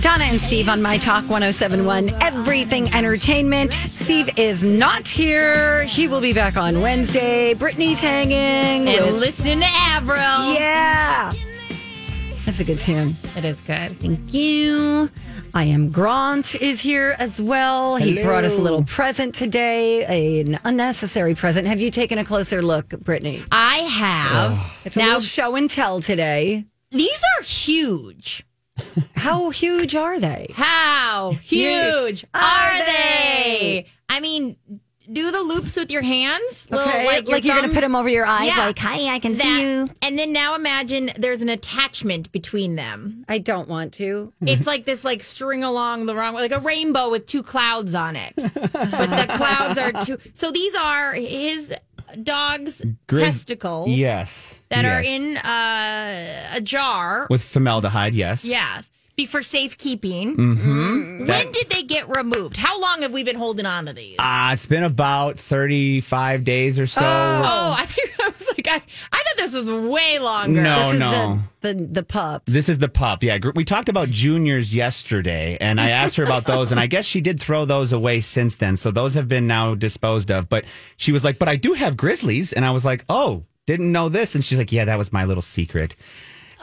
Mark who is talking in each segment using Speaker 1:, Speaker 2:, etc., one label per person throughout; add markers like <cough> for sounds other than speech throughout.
Speaker 1: Donna and Steve on My Talk 1071, Everything Entertainment. Steve is not here. He will be back on Wednesday. Brittany's hanging.
Speaker 2: and
Speaker 1: with-
Speaker 2: listening to Avril.
Speaker 1: yeah. That's a good tune.
Speaker 2: It is good.
Speaker 1: Thank you. I am Grant is here as well. He brought us a little present today, an unnecessary present. Have you taken a closer look, Brittany?
Speaker 2: I have.
Speaker 1: It's a
Speaker 2: now,
Speaker 1: little show and tell today.
Speaker 2: these are huge.
Speaker 1: How huge are they?
Speaker 2: How huge
Speaker 1: are
Speaker 2: are they? I mean, do the loops with your hands. Little,
Speaker 1: Okay,
Speaker 2: like your
Speaker 1: you're gonna
Speaker 2: thumb-
Speaker 1: put them over your eyes,
Speaker 2: Yeah.
Speaker 1: like, "Hi, I can
Speaker 2: that.
Speaker 1: see you."
Speaker 2: And then now imagine there's an attachment between them.
Speaker 1: I don't want to.
Speaker 2: It's like this, like string along the wrong way, like a rainbow with two clouds
Speaker 1: <laughs>
Speaker 2: on it. but the clouds are two. So these are his dog's
Speaker 3: Grizz-
Speaker 2: testicles.
Speaker 3: Yes.
Speaker 2: That are
Speaker 3: yes.
Speaker 2: in uh, a jar
Speaker 3: with formaldehyde. Yes.
Speaker 2: Yeah. Be for safekeeping. Mm-hmm. when did they get removed? How long have we been holding on to these?
Speaker 3: Uh, it's been about 35 days or so.
Speaker 2: oh, <laughs> I think I was like, I, I thought this was way longer.
Speaker 3: no,
Speaker 1: this is
Speaker 3: no.
Speaker 1: the, the the pup.
Speaker 3: This is the pup. Yeah, gr- we talked about juniors yesterday, and I asked
Speaker 2: <laughs>
Speaker 3: her about those, and I guess she did throw those away since then. So those have been now disposed of. But she was like, "But I do have grizzlies," and I was like, "Oh, didn't know this." And she's like, "Yeah, that was my little secret."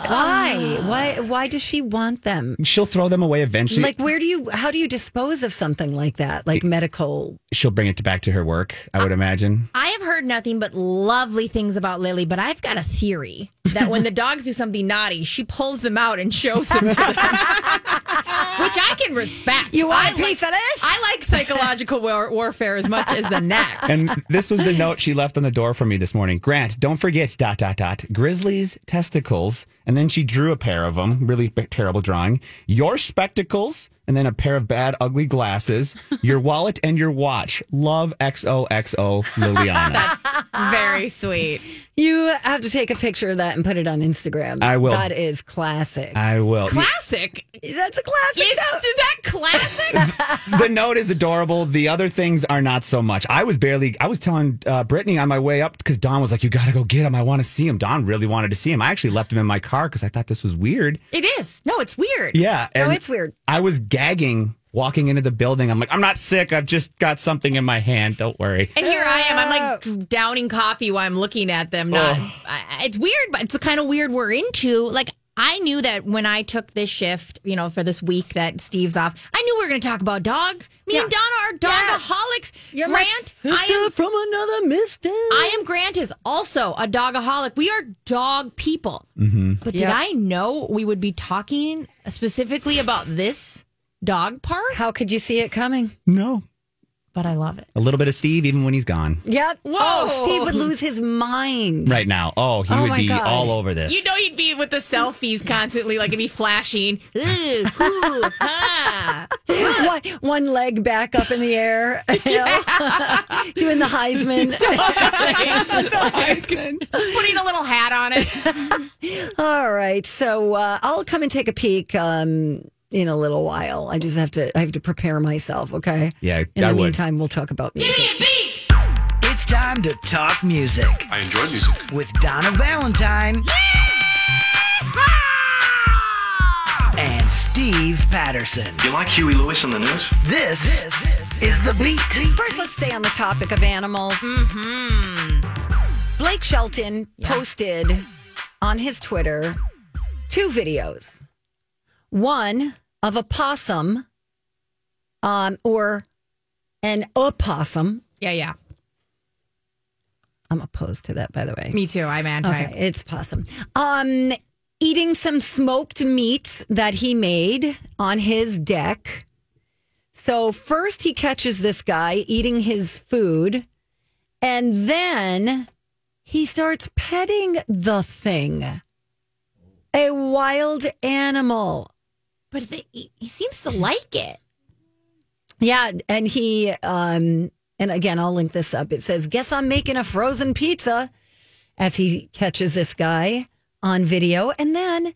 Speaker 1: Why? Why? Why does she want them?
Speaker 3: She'll throw them away eventually.
Speaker 1: like, where do you? How do you dispose of something like that? Like medical?
Speaker 3: She'll bring it back to her work, I would imagine.
Speaker 2: I have heard nothing but lovely things about Lily, but I've got a theory
Speaker 1: <laughs>
Speaker 2: that when the dogs do something naughty, she pulls them out and shows them
Speaker 1: <laughs>
Speaker 2: to them. Which I can respect.
Speaker 1: You want
Speaker 2: I
Speaker 1: a piece
Speaker 2: like,
Speaker 1: of this?
Speaker 2: I like psychological war- warfare as much as
Speaker 1: <laughs>
Speaker 2: the next.
Speaker 3: And this was the note she left on the door for me this morning. Grant, don't forget dot dot dot Grizzlies testicles, and then she drew a pair of them. Really b- terrible drawing. Your spectacles, and then a pair of bad, ugly glasses. Your wallet and your watch. Love XOXO Liliana.
Speaker 2: Very sweet.
Speaker 1: You have to take a picture of that and put it on Instagram.
Speaker 3: I will.
Speaker 1: That is classic.
Speaker 3: I will.
Speaker 2: Classic.
Speaker 1: That's a classic.
Speaker 2: Is, is
Speaker 1: though.
Speaker 2: that classic?
Speaker 3: the note is adorable. The other things are not so much. I was barely. I was telling uh, Brittany on my way up because Don was like, "You got to go get him. I want to see him." Don really wanted to see him. I actually left him in my car because I thought this was weird.
Speaker 2: <laughs> It is. No, it's weird.
Speaker 3: Yeah.
Speaker 1: oh,
Speaker 3: and-
Speaker 1: it's weird.
Speaker 3: I was gagging walking into the building. I'm like, I'm not sick. I've just got something in my hand. Don't worry.
Speaker 2: And here I am. I'm like downing coffee while I'm looking at them. Not, I, I- it's weird, but it's the kind of weird we're into. Like I knew that when I took this shift, you know, for this week that Steve's off, I knew we were going to talk about dogs. Me and Donna are dogaholics. Grant, I am.
Speaker 1: from another mister.
Speaker 2: I am Grant is also a dogaholic. We are dog people. But did
Speaker 1: Yeah.
Speaker 2: I know we would be talking specifically about this dog part?
Speaker 1: How could you see it coming?
Speaker 3: No.
Speaker 2: But I love it.
Speaker 3: A little bit of Steve, even when he's gone
Speaker 1: Yep. Oh,
Speaker 2: Whoa.
Speaker 1: Steve would lose his mind.
Speaker 3: right now. Oh, he
Speaker 1: Oh
Speaker 3: would
Speaker 1: my
Speaker 3: be
Speaker 1: God.
Speaker 3: all over this.
Speaker 2: You know you'd be with the selfies constantly, like it'd be flashing. Ooh, ooh, ha.
Speaker 1: <laughs> one, one leg back up in the air. You, know? <laughs> You and the Heisman.
Speaker 2: Putting a little hat on it.
Speaker 1: All right, so uh, I'll come and take a peek um, in a little while. I just have to I have to prepare myself. Okay.
Speaker 3: Yeah,
Speaker 1: In
Speaker 3: I
Speaker 1: the
Speaker 3: would.
Speaker 1: meantime, we'll talk about music.
Speaker 4: It's time to talk music. I enjoy music. With Donna Valentine. And Steve Patterson.
Speaker 5: You like Huey Lewis on the news?
Speaker 4: This, is the beat.
Speaker 1: First, let's stay on the topic of animals. Mm-hmm. Blake Shelton posted on his Twitter two videos. One of a possum um, or an opossum.
Speaker 2: Yeah, yeah.
Speaker 1: I'm opposed to that, by the way.
Speaker 2: Me too. I'm anti.
Speaker 1: Okay, it's possum. Um, eating some smoked meats that he made on his deck. So first he catches this guy eating his food, and then he starts petting the thing, a wild animal.
Speaker 2: But the, he, he seems to like it.
Speaker 1: Yeah, and he um and again I'll link this up. It says, "Guess I'm making a frozen pizza," as he catches this guy on video, and then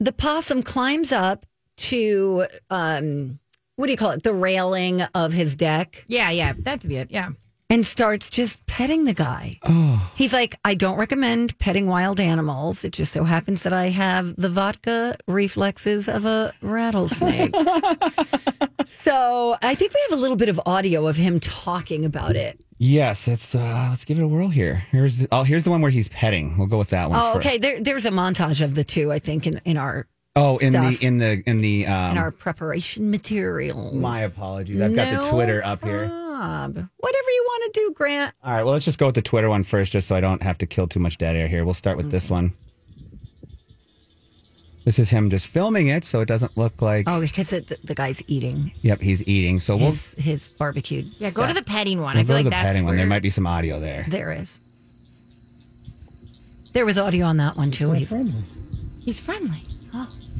Speaker 1: the possum climbs up to um what do you call it? The railing of his deck
Speaker 2: Yeah, yeah. That'd be it. Yeah.
Speaker 1: and starts just petting the guy. He's like, "I don't recommend petting wild animals. It just so happens that I have the vodka reflexes of a rattlesnake." So I think we have a little bit of audio of him talking about it.
Speaker 3: Yes, it's uh let's give it a whirl here. Here's the, oh, here's the one where he's petting. We'll go with that one.
Speaker 1: Oh,
Speaker 3: first.
Speaker 1: okay. There, there's a montage of the two, I think, in, in our
Speaker 3: Oh, in
Speaker 1: Stuff.
Speaker 3: the in the in the um
Speaker 1: in our preparation materials.
Speaker 3: my apologies. I've got the
Speaker 1: No
Speaker 3: Twitter up here.
Speaker 1: Bob, whatever you want to do, Grant.
Speaker 3: All right, well, let's just go with the Twitter one first just so I don't have to kill too much dead air here. We'll start with this one. This is him just filming it so it doesn't look like
Speaker 1: Oh, because it, the, the guy's eating
Speaker 3: Yep, he's eating. So we'll
Speaker 1: his his barbecued.
Speaker 2: Yeah. Go to the petting one.
Speaker 3: We'll
Speaker 2: I feel
Speaker 3: go
Speaker 2: like
Speaker 3: to the
Speaker 2: that's
Speaker 3: petting one. There
Speaker 2: where-
Speaker 3: might be some audio there.
Speaker 1: There is. There was audio on that one too. He's-
Speaker 2: He's friendly.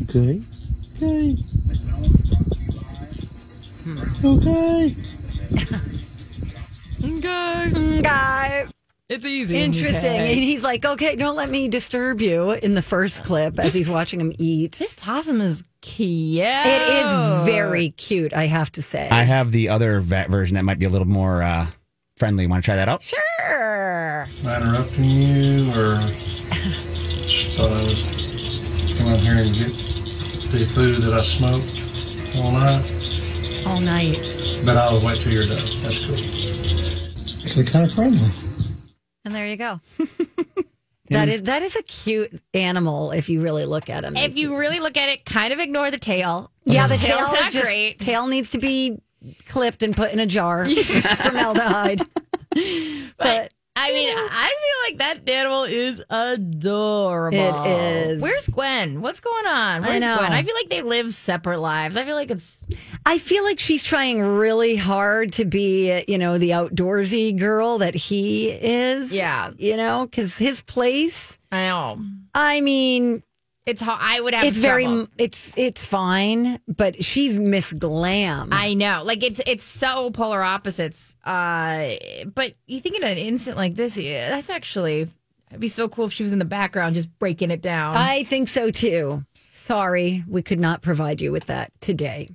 Speaker 5: Okay. Okay. Okay.
Speaker 1: Mm, guy,
Speaker 2: It's easy.
Speaker 1: interesting. And he's like, okay, don't let me disturb you in the first clip as he's watching him eat.
Speaker 2: This possum is cute.
Speaker 1: It is very cute, I have to say.
Speaker 3: I have the other vet version that might be a little more uh, friendly. Want to try that out? Sure.
Speaker 5: interrupting you or <laughs> just thought I would come up here and get the food that I smoked all night.
Speaker 1: All night.
Speaker 5: But I'll wait till you're done. That's cool. Actually kind of friendly.
Speaker 1: And there you go. <laughs> That is that is a cute animal if you really look at him.
Speaker 2: If you really look at it, kind of ignore the tail.
Speaker 1: yeah, the tail
Speaker 2: tail's
Speaker 1: is
Speaker 2: not
Speaker 1: just,
Speaker 2: great.
Speaker 1: Tail needs to be clipped and put in a
Speaker 2: <laughs>
Speaker 1: jar formaldehyde. But
Speaker 2: I mean, I feel like that animal is adorable.
Speaker 1: It is.
Speaker 2: Where's Gwen? What's going on? Where's
Speaker 1: know.
Speaker 2: Gwen? I feel like they live separate lives. I feel like it's
Speaker 1: I feel like she's trying really hard to be, you know, the outdoorsy girl that he is.
Speaker 2: Yeah.
Speaker 1: You know, because his place,
Speaker 2: I know.
Speaker 1: I mean,
Speaker 2: It's how I would have
Speaker 1: it's very,
Speaker 2: trouble.
Speaker 1: it's, it's fine, but she's Miss Glam.
Speaker 2: I know. Like it's it's so polar opposites. Uh but you think in an instant like this, yeah, that's actually it'd be so cool if she was in the background just breaking it down.
Speaker 1: I think so too. Sorry, we could not provide you with that today.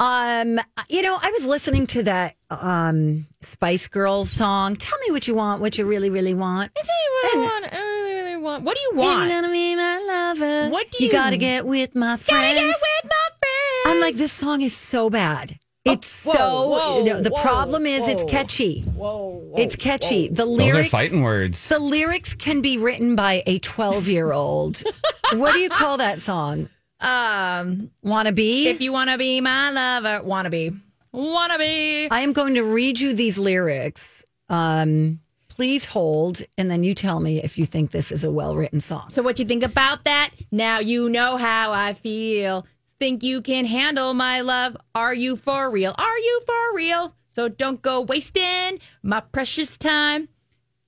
Speaker 1: Um, you know, I was listening to that um Spice Girls song. Tell me what you want, what you really, really want.
Speaker 2: I tell you what I want. I really, really want. What do you want?
Speaker 1: You're gonna be my lover.
Speaker 2: What do
Speaker 1: you
Speaker 2: you-
Speaker 1: gotta get with Oh, my friends?
Speaker 2: Gotta get with my friends.
Speaker 1: I'm like, this song is so bad. It's
Speaker 2: whoa,
Speaker 1: so
Speaker 2: whoa,
Speaker 1: no, the
Speaker 2: whoa,
Speaker 1: problem is it's
Speaker 2: whoa.
Speaker 1: catchy.
Speaker 2: whoa, whoa.
Speaker 1: It's catchy. The
Speaker 3: Those are
Speaker 1: lyrics
Speaker 3: fighting words.
Speaker 1: the lyrics can be written by a 12-year-old. <laughs> what do you call that song?
Speaker 2: Um,
Speaker 1: Wanna be?
Speaker 2: if you wanna be my lover, wanna be, wanna be.
Speaker 1: I am going to read you these lyrics. Um, please hold, and then you tell me if you think this is a well written song.
Speaker 2: So what you think about that? Now you know how I feel. Think you can handle my love? Are you for real? Are you for real? So don't go wasting my precious time.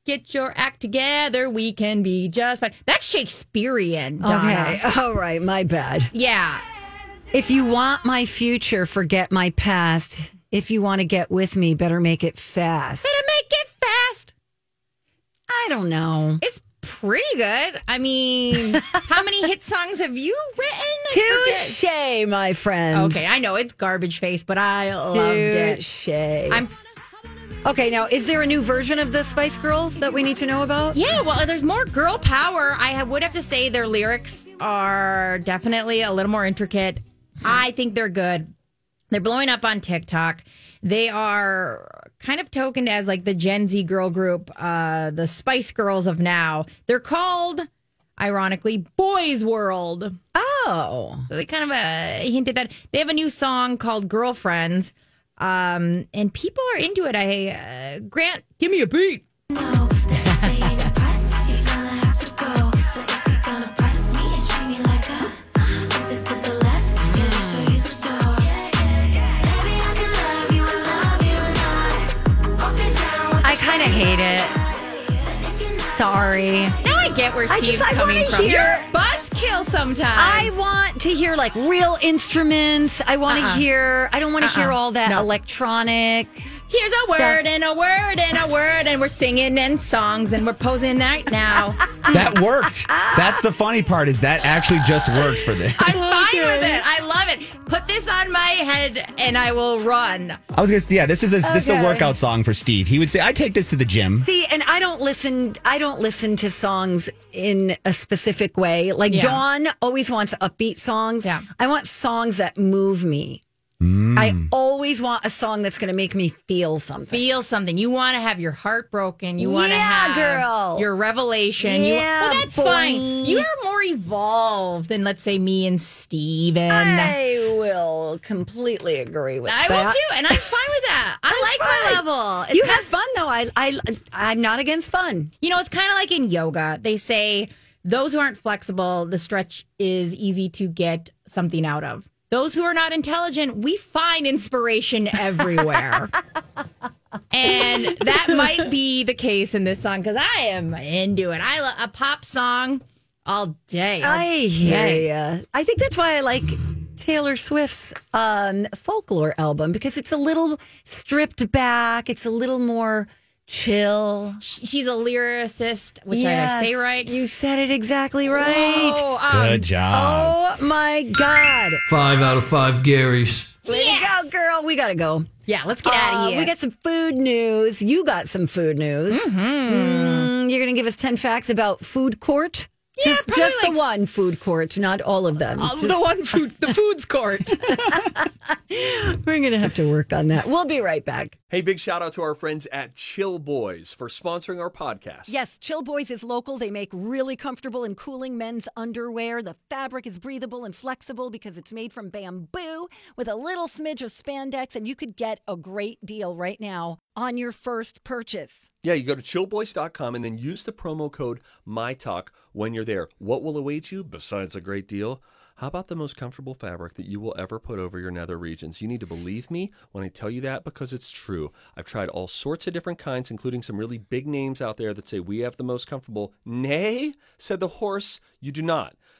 Speaker 2: Get your act together. We can be just fine. That's Shakespearean, Donna.
Speaker 1: Okay. All right. My bad.
Speaker 2: Yeah.
Speaker 1: If you want my future, forget my past. If you want to get with me, better make it fast.
Speaker 2: Gonna make it fast.
Speaker 1: I don't know.
Speaker 2: It's pretty good. I mean,
Speaker 1: <laughs>
Speaker 2: how many hit songs have you written? I
Speaker 1: Huge
Speaker 2: forget.
Speaker 1: shay, my friend.
Speaker 2: Okay, I know it's garbage face, but I loved
Speaker 1: Huge
Speaker 2: it.
Speaker 1: shay.
Speaker 2: I'm-
Speaker 1: okay. Now, is there a new version of the Spice Girls that we need to know about?
Speaker 2: Yeah, well, there's more girl power. I ha- would have to say their lyrics are definitely a little more intricate. I think they're good. They're blowing up on TikTok. They are kind of tokened as like the Gen Z girl group, uh, the Spice Girls of now. They're called, ironically, Boys World.
Speaker 1: Oh.
Speaker 2: So they kind of uh, hinted that they have a new song called Girlfriends, Um, and people are into it. I uh, Grant, give me a beat.
Speaker 1: I kind of hate it. Sorry.
Speaker 2: Now I get where
Speaker 1: I
Speaker 2: Steve's
Speaker 1: just- I
Speaker 2: coming
Speaker 1: wanna
Speaker 2: from.
Speaker 1: hear-
Speaker 2: You're a buzzkill
Speaker 1: I
Speaker 2: sometimes.
Speaker 1: want to hear like real instruments. I want to
Speaker 2: Uh-uh.
Speaker 1: hear. I don't want to hear all that
Speaker 2: No.
Speaker 1: electronic.
Speaker 2: Here's a word and a word and a word, and we're singing and songs and we're posing right
Speaker 1: <laughs>
Speaker 2: now.
Speaker 3: That worked. That's the funny part is that actually just worked for
Speaker 2: <laughs>
Speaker 3: this.
Speaker 2: I'm fine with it. I love it. Put this on my head and I will run.
Speaker 3: I was gonna say, yeah, this is a, this is a
Speaker 1: Okay.
Speaker 3: workout song for Steve. He would say, I take this to the gym.
Speaker 1: See, and I don't listen. I don't listen to songs in a specific way. Like
Speaker 2: Yeah.
Speaker 1: Dawn always wants upbeat songs.
Speaker 2: Yeah.
Speaker 1: I want songs that move me. I always want a song that's going to make me feel something.
Speaker 2: Mm. Feel something. You want to have your heart broken. You want to
Speaker 1: Yeah,
Speaker 2: have
Speaker 1: girl.
Speaker 2: your revelation. You-
Speaker 1: Yeah,
Speaker 2: well, that's
Speaker 1: boy.
Speaker 2: fine. You're more evolved than, let's say, me and Steven.
Speaker 1: I will completely agree with that.
Speaker 2: I will too, and I'm fine with that. I like my level. It's
Speaker 1: you
Speaker 2: kind
Speaker 1: have fun though. I I I'm not against fun.
Speaker 2: You know, it's kind of like in yoga. They say those who aren't flexible, the stretch is easy to get something out of. Those who are not intelligent, we
Speaker 1: <laughs>
Speaker 2: find inspiration everywhere. and that might be the case in this song because I am into it. I love a pop song all day. all
Speaker 1: I hear
Speaker 2: day.
Speaker 1: ya. Um, I think that's why I like Taylor Swift's um, folklore album because it's a little stripped back. It's a little more chill.
Speaker 2: Sh- She's a lyricist, which I
Speaker 1: Yes,
Speaker 2: say right.
Speaker 1: You said it exactly right.
Speaker 2: Oh, um,
Speaker 3: Good job.
Speaker 1: Oh my God.
Speaker 6: Five out of five Garys.
Speaker 1: Way
Speaker 2: Yes.
Speaker 1: to go, girl. We got to go.
Speaker 2: yeah, let's get out
Speaker 1: Uh,
Speaker 2: of here. Mm-hmm.
Speaker 1: We got some food news. You got some food news. Mm, you're going to give us 10 facts about food court? Yeah, just,
Speaker 2: probably
Speaker 1: just
Speaker 2: like-
Speaker 1: the one food court, not all of them.
Speaker 2: Oh, the one food,
Speaker 1: <laughs>
Speaker 2: the foods court.
Speaker 1: We're going to have to work on that. We'll be right back.
Speaker 7: Hey, big shout out to our friends at Chill Boys for sponsoring our podcast.
Speaker 1: Yes, Chill Boys is local. They make really comfortable and cooling men's underwear. The fabric is breathable and flexible because it's made from bamboo with a little smidge of spandex, and you could get a great deal right now on your first purchase.
Speaker 7: Yeah, you go to chillboys.com and then use the promo code MyTalk when you're there. What will await you besides a great deal? How about the most comfortable fabric that you will ever put over your nether regions? You need to believe me when I tell you that because it's true. I've tried all sorts of different kinds, including some really big names out there that say we have the most comfortable. Nay, said the horse, you do not.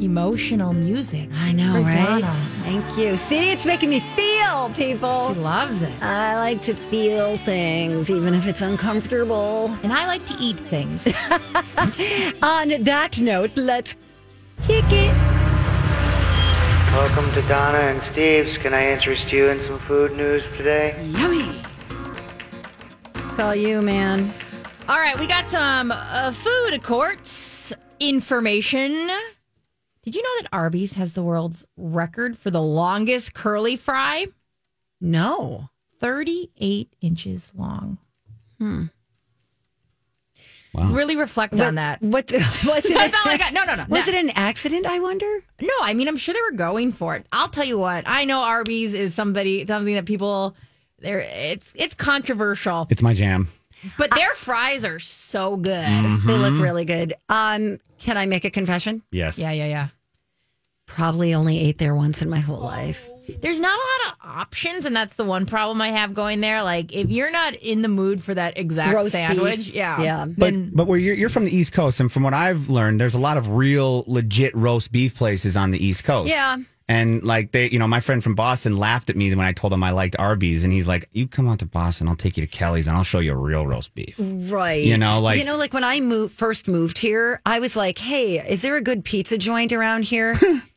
Speaker 2: emotional music.
Speaker 1: I know,
Speaker 2: For
Speaker 1: right?
Speaker 2: Donna.
Speaker 1: Thank you. See, it's making me feel, people.
Speaker 2: She loves it.
Speaker 1: I like to feel things, even if it's uncomfortable.
Speaker 2: And I like to eat
Speaker 1: <laughs>
Speaker 2: things.
Speaker 1: On that note, let's kick it.
Speaker 8: Welcome to Donna and Steve's. Can I interest you in some food news today?
Speaker 1: Yummy. It's all you, man.
Speaker 2: All right, we got some uh, food courts information. Did you know that Arby's has the world's record for the longest curly fry?
Speaker 1: No.
Speaker 2: 38 inches long. Hmm. Really reflect on that.
Speaker 1: What <laughs> was it?
Speaker 2: That's all I got. No, no, no.
Speaker 1: Was
Speaker 2: No.
Speaker 1: it an accident? I wonder.
Speaker 2: No, I mean, I'm sure they were going for it. I'll tell you what. I know Arby's is somebody something that people there. It's it's controversial,
Speaker 3: It's my jam.
Speaker 2: but their fries are so good.
Speaker 3: Mm-hmm.
Speaker 1: They look really good. Um, can I make a confession?
Speaker 3: Yes.
Speaker 2: Yeah, yeah, yeah.
Speaker 1: Probably only ate there once in my whole life.
Speaker 2: There's not a lot of options, and that's the one problem I have going there. Like, if you're not in the mood for that exact
Speaker 1: Roast
Speaker 2: sandwich,
Speaker 1: beef.
Speaker 2: yeah,
Speaker 1: Yeah.
Speaker 3: But but where you're, you're from the East Coast, and from what I've learned, there's a lot of real legit roast beef places on the East Coast.
Speaker 1: Yeah.
Speaker 3: And like they, you know, my friend from Boston laughed at me when I told him I liked Arby's, and he's like, "You come out to Boston, I'll take you to Kelly's, and I'll show you real roast beef."
Speaker 1: Right.
Speaker 3: You know, like-
Speaker 1: you know, like when I moved first moved here, I was like, "Hey, is there a good pizza joint around
Speaker 3: <laughs>
Speaker 1: here?"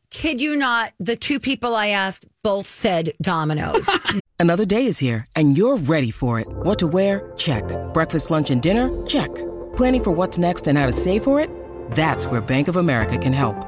Speaker 1: Kid you not, the two people I asked both said Domino's.
Speaker 9: Another day is here, and you're ready for it. What to wear? Check. Breakfast, lunch, and dinner? Check. Planning for what's next and how to save for it? That's where Bank of America can help.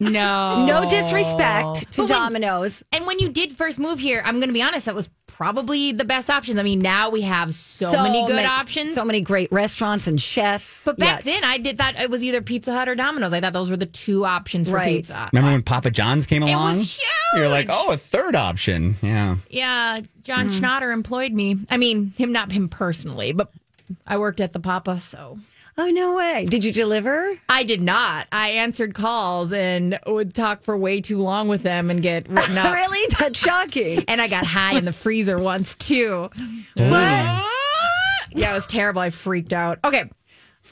Speaker 2: No.
Speaker 1: No disrespect to
Speaker 2: But when-
Speaker 1: Domino's.
Speaker 2: And when you did first move here, I'm going to be honest, that was probably the best option. I mean, now we have so, many good options.
Speaker 1: So many great restaurants and chefs.
Speaker 2: but
Speaker 1: Yes.
Speaker 2: back then, I did thought it was either Pizza Hut or Domino's. I thought those were the two options for
Speaker 1: Right.
Speaker 2: pizza.
Speaker 3: Remember when Papa John's came
Speaker 2: It was
Speaker 3: along?
Speaker 2: huge.
Speaker 3: You're like, oh, a third option. Yeah.
Speaker 2: Yeah, John
Speaker 1: Mm-hmm.
Speaker 2: Schnatter employed me. I mean, him not him personally, but I worked at the Papa, so
Speaker 1: Oh, no way. Did you deliver?
Speaker 2: I did not. I answered calls and would talk for way too long with them and get
Speaker 1: <laughs>
Speaker 2: written up.
Speaker 1: really? That's
Speaker 2: <laughs>
Speaker 1: shocking.
Speaker 2: And I got high in the freezer once too.
Speaker 1: What?
Speaker 2: Yeah, it was terrible. I freaked out. Okay.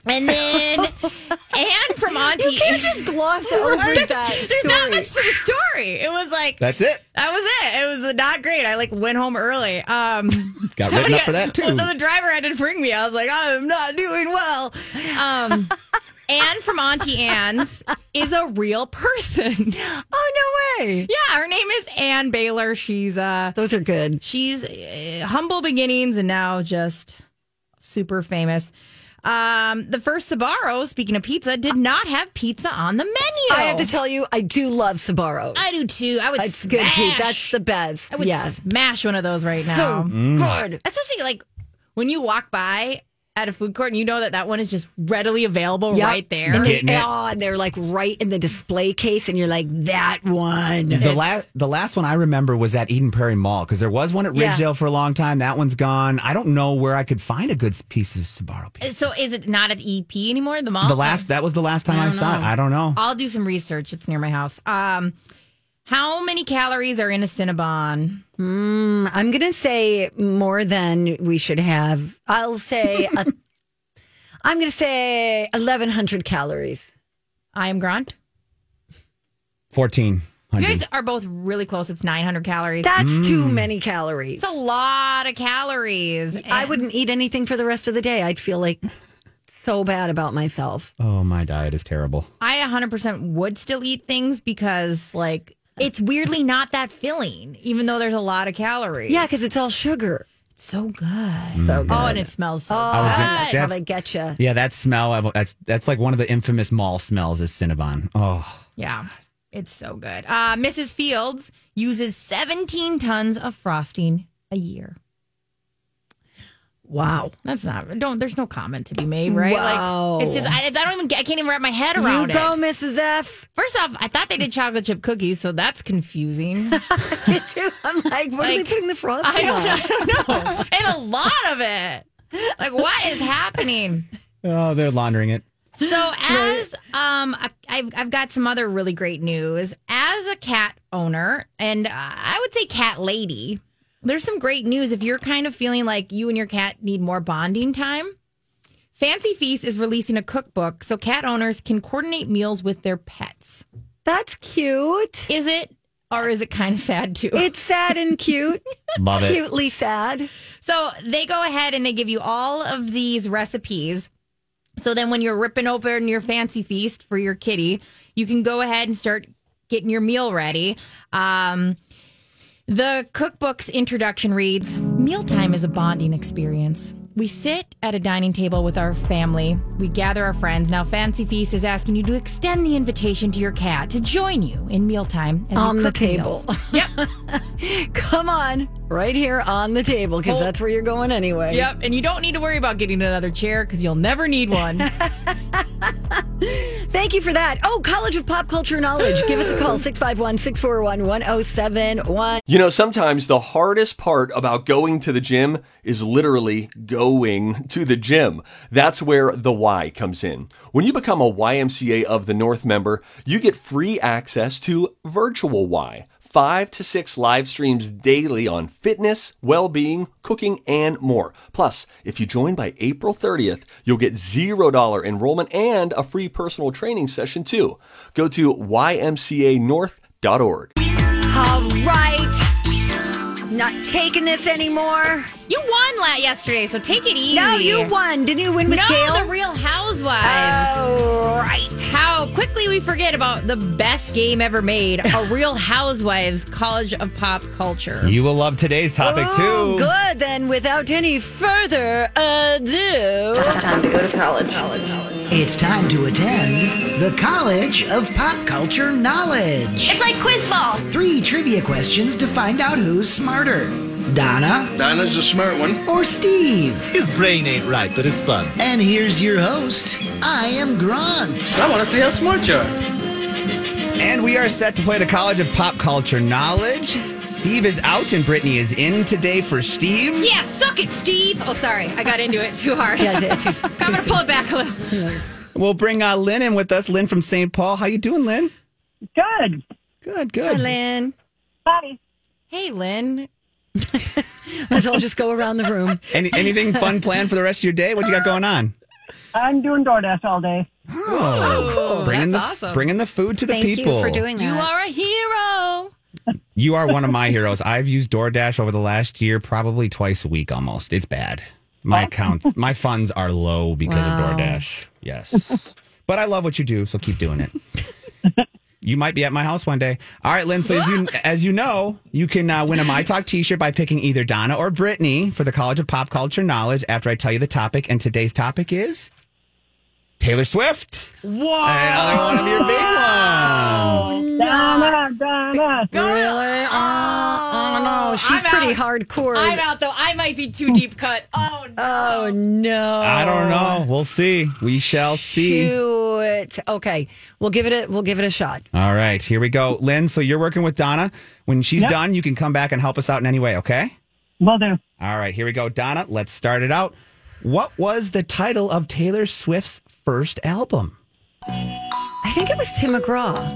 Speaker 2: And then Anne from Auntie.
Speaker 1: You can't just
Speaker 2: <laughs>
Speaker 1: gloss over that
Speaker 2: There's not
Speaker 1: story.
Speaker 2: much to the story. It was like
Speaker 3: That's it.
Speaker 2: that was it. It was not great. I like went home early. Um,
Speaker 3: Got written up for that, too.
Speaker 2: well, the driver had to bring me. I was like, I'm not doing well. Um, <laughs> Anne from Auntie Anne's is a real person.
Speaker 1: Oh, no way.
Speaker 2: Yeah, her name is Anne Baylor. She's uh,
Speaker 1: Those are good.
Speaker 2: she's uh, humble beginnings and now just super famous. Um, the first Sbarro, speaking of pizza, did not have pizza on the menu.
Speaker 1: I have to tell you, I do love Sabaros.
Speaker 2: I do too. I would
Speaker 1: That's
Speaker 2: smash.
Speaker 1: good, Pete. That's the best.
Speaker 2: I would
Speaker 1: yes.
Speaker 2: smash one of those right now.
Speaker 3: Mm.
Speaker 1: Good.
Speaker 2: Especially like when you walk by at a food court and you know that that one is just readily available
Speaker 1: Yep.
Speaker 2: right there.
Speaker 1: And, they-
Speaker 3: Getting it.
Speaker 1: oh, and they're like right in the display case, and you're like, that one.
Speaker 3: The last the last one I remember was at Eden Prairie Mall because there was one at
Speaker 1: Yeah.
Speaker 3: Ridgedale for a long time. That one's gone. I don't know where I could find a good piece of Sbarro pizza.
Speaker 2: So is it not at EP anymore? The mall.
Speaker 3: The last that was the last time I, saw it. I don't know.
Speaker 2: I'll do some research. It's near my house. Um, how many calories are in a Cinnabon? Mm.
Speaker 1: I'm going to say more than we should have. I'll
Speaker 2: <laughs>
Speaker 1: say, a, I'm going to say 1,100 calories.
Speaker 2: I am Grant.
Speaker 3: Fourteen
Speaker 2: You
Speaker 3: hundred.
Speaker 2: guys are both really close. It's 900 calories.
Speaker 1: That's
Speaker 3: Mm.
Speaker 1: too many calories.
Speaker 2: It's a lot of calories.
Speaker 1: I wouldn't eat anything for the rest of the day. I'd feel like so bad about myself.
Speaker 3: Oh, my diet is terrible.
Speaker 2: I 100% would still eat things because, like, it's weirdly not that filling, even though there's a lot of calories.
Speaker 1: Yeah, because it's all sugar.
Speaker 2: It's so good.
Speaker 1: So good.
Speaker 2: Oh, and it smells so
Speaker 1: Oh,
Speaker 3: was gonna-
Speaker 1: that's how
Speaker 3: that's-
Speaker 1: they get you.
Speaker 3: Yeah, that smell. I've- That's that's like one of the infamous mall smells is Cinnabon. Oh,
Speaker 2: Yeah, it's so good. Uh, Mrs. Fields uses 17 tons of frosting a year.
Speaker 1: Wow.
Speaker 2: That's not don't. There's no comment to be made, right?
Speaker 1: Wow.
Speaker 2: Like it's just I, I don't even I can't even wrap my head
Speaker 1: You
Speaker 2: around
Speaker 1: go,
Speaker 2: it.
Speaker 1: Mrs. F. <laughs>
Speaker 2: First off, I thought they did chocolate chip cookies, so
Speaker 1: <laughs>
Speaker 2: that's confusing.
Speaker 1: You do. I'm like, what are they
Speaker 2: Like,
Speaker 1: putting the
Speaker 2: I
Speaker 1: frosting
Speaker 2: don't,
Speaker 1: on?
Speaker 2: know- I don't know, and a lot of it. Like what is happening?
Speaker 3: oh, they're laundering it.
Speaker 2: So as um, I- I've I've got some other really great news as a cat owner, and uh, I would say cat lady. There's some great news if you're kind of feeling like you and your cat need more bonding time. Fancy Feast is releasing a cookbook so cat owners can coordinate meals with their pets.
Speaker 1: That's cute.
Speaker 2: Is it or is it kind of sad too?
Speaker 1: It's sad and
Speaker 2: <laughs>
Speaker 1: cute.
Speaker 3: Love it.
Speaker 1: Cutely sad.
Speaker 2: So they go ahead and they give you all of these recipes. So then when you're ripping open your fancy feast for your kitty, you can go ahead and start getting your meal ready. Um, the cookbook's introduction reads Mealtime is a bonding experience. We sit at a dining table with our family. We gather our friends. Now, Fancy Feast is asking you to extend the invitation to your cat to join you in mealtime as you
Speaker 1: On the
Speaker 2: cook
Speaker 1: table.
Speaker 2: meals. Yep.
Speaker 1: <laughs> Come on, right here on the table, because that's where you're going anyway.
Speaker 2: Oh. Yep,
Speaker 1: <laughs>
Speaker 2: and you don't need to worry about getting another chair because you'll never need one.
Speaker 1: Thank Thank you for that. Oh, College of Pop Culture Knowledge. Give us a
Speaker 2: <laughs>
Speaker 1: call 651 641 1071.
Speaker 7: You know, sometimes the hardest part about going to the gym is literally going to the gym. That's where the Y comes in. When you become a YMCA of the North member, you get free access to Virtual Y. Five to six live streams daily on fitness, well being, cooking, and more. Plus, if you join by April 30th, you'll get $0 enrollment and a free personal training session too. Go to ymcanorth.org.
Speaker 1: All right. Not taking this anymore.
Speaker 2: You won la- yesterday, so take it easy.
Speaker 1: No, you won. Didn't you win with
Speaker 2: no,
Speaker 1: Gail?
Speaker 2: the Real Housewives.
Speaker 1: Oh, right.
Speaker 2: How quickly we forget about the best game ever made, a
Speaker 1: <laughs>
Speaker 2: Real Housewives College of Pop Culture.
Speaker 3: You will love today's topic
Speaker 1: Oh,
Speaker 3: too.
Speaker 1: good. Then, without any further ado,
Speaker 4: Time to go to college. It's time to attend the College of Pop Culture Knowledge. It's like quiz ball. Three trivia questions to find out who's smarter. Donna
Speaker 10: Dinah's a smart one.
Speaker 4: or Steve?
Speaker 10: His brain ain't right, but it's fun.
Speaker 4: And here's your host. I am Grant.
Speaker 10: I want to see how smart you are.
Speaker 3: And we are set to play the College of Pop Culture Knowledge. Steve is out and Brittany is in today for Steve.
Speaker 2: Yeah, suck it, Steve. Oh, sorry, I got into it
Speaker 1: <laughs>
Speaker 2: too hard.
Speaker 3: Yeah,
Speaker 1: did
Speaker 2: <laughs> I'm gonna pull it back a little.
Speaker 3: We'll bring uh, Lynn in with us. Lynn from St. Paul. How you doing, Lynn?
Speaker 11: Good.
Speaker 3: Good, good.
Speaker 1: Hi, Lynn.
Speaker 11: Hi.
Speaker 2: Hey, Lynn.
Speaker 1: Let's all just go around the room.
Speaker 3: Any, anything fun planned for the rest of your day? What you got going on?
Speaker 11: I'm doing DoorDash all day.
Speaker 3: Oh,
Speaker 2: cool.
Speaker 3: Bringing
Speaker 2: That's
Speaker 3: the,
Speaker 2: awesome.
Speaker 3: Bringing the food to the
Speaker 1: Thank
Speaker 3: people.
Speaker 1: you for doing that.
Speaker 2: <laughs> You are a hero.
Speaker 3: You are one of my heroes. I've used DoorDash over the last year, probably twice a week almost. It's bad. My account, my funds are low because
Speaker 12: Wow.
Speaker 3: of DoorDash. Yes. but I love what you do, so keep doing it. you might be at my house one day. All right, Lynn. So as you, as you know, you can uh, win a My Talk t-shirt by picking either Donna or Brittany for the College of Pop Culture Knowledge after I tell you the topic. And today's topic is Taylor Swift.
Speaker 1: Whoa.
Speaker 3: Another one of your big ones.
Speaker 11: Donna, Donna.
Speaker 1: Really? Oh, no. She's pretty hardcore.
Speaker 2: I'm out though. I might be too deep cut. Oh no.
Speaker 1: Oh, no.
Speaker 3: I don't know. We'll see. We shall see.
Speaker 1: Cute. Okay. We'll give it a we'll give it a shot.
Speaker 3: All right, here we go. Lynn, so you're working with Donna. When she's
Speaker 1: Yep.
Speaker 3: done, you can come back and help us out in any way, okay?
Speaker 11: Will do.
Speaker 3: All right, here we go. Donna, let's start it out. What was the title of Taylor Swift's first album?
Speaker 1: I think it was Tim McGraw.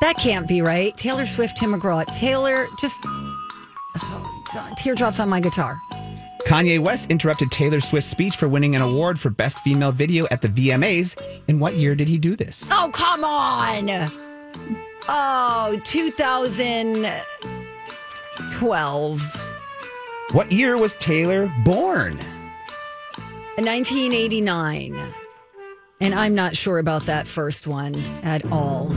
Speaker 1: That can't be right. Taylor Swift, Tim McGraw. Taylor just oh, God, teardrops on my guitar.
Speaker 3: Kanye West interrupted Taylor Swift's speech for winning an award for Best Female Video at the VMAs. In what year did he do this?
Speaker 1: Oh, come on. Oh, 2012.
Speaker 3: What year was Taylor born?
Speaker 1: 1989. And I'm not sure about that first one at all.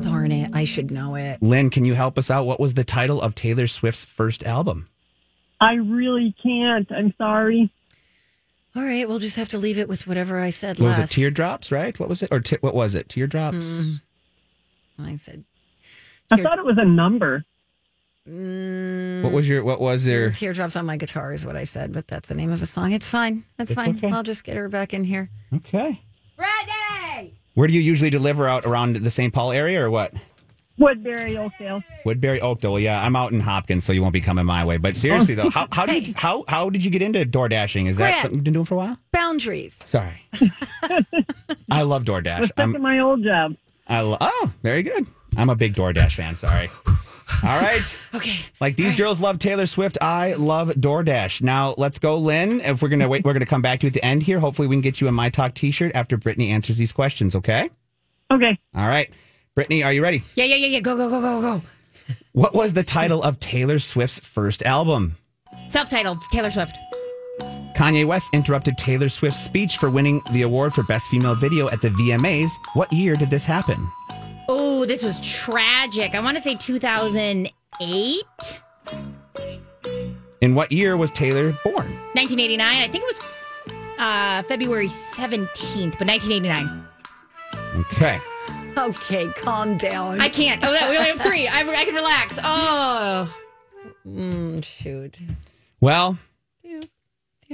Speaker 1: Darn it. I should know it.
Speaker 3: Lynn, can you help us out? What was the title of Taylor Swift's first album?
Speaker 11: I really can't. I'm sorry.
Speaker 1: All right. We'll just have to leave it with whatever I said
Speaker 3: What was it
Speaker 1: last.
Speaker 3: Teardrops, right? What was it? Or t- what was it? Teardrops.
Speaker 1: I said
Speaker 11: I thought it was a number.
Speaker 3: What was your what was there?
Speaker 1: teardrops on my guitar is what I said, but that's the name of a song. It's fine. That's
Speaker 3: It's
Speaker 1: fine.
Speaker 3: okay.
Speaker 1: I'll just get her back in here.
Speaker 3: Okay.
Speaker 2: Ready.
Speaker 3: Where do you usually deliver out around the St. Paul area or what?
Speaker 11: Woodbury Oakdale.
Speaker 3: Woodbury, Oakdale. Yeah, I'm out in Hopkins, so you won't be coming my way. But seriously though, how how did you, how how did you get into door dashing? Is that
Speaker 1: Grant.
Speaker 3: something you've been doing for a while?
Speaker 1: Boundaries.
Speaker 3: Sorry. I love DoorDash.
Speaker 11: That's
Speaker 3: I'm,
Speaker 11: my old job.
Speaker 3: I lo- oh, very good. I'm a big DoorDash fan. Sorry. All right.
Speaker 1: Okay.
Speaker 3: Like these girls love Taylor Swift. I love DoorDash. Now let's go, Lynn. If we're gonna wait, we're gonna come back to you at the end here. Hopefully, we can get you a My Talk T-shirt after Brittany answers these questions. Okay.
Speaker 11: Okay.
Speaker 3: All right, Brittany, are you ready?
Speaker 2: Yeah, yeah, yeah, yeah. Go, go, go, go, go.
Speaker 3: What was the title of Taylor Swift's first album?
Speaker 2: Self-titled Taylor Swift.
Speaker 3: Kanye West interrupted Taylor Swift's speech for winning the award for Best Female Video at the VMAs. What year did this happen?
Speaker 2: Oh, this was tragic. I want to say 2008,
Speaker 3: In what year was Taylor born?
Speaker 2: 1989. I think it was uh, February 17th, but 1989.
Speaker 3: Okay.
Speaker 1: Okay, calm down.
Speaker 2: I can't. Oh, that, we only have three. I, I can relax. Oh.
Speaker 1: Mm, shoot.
Speaker 3: Well,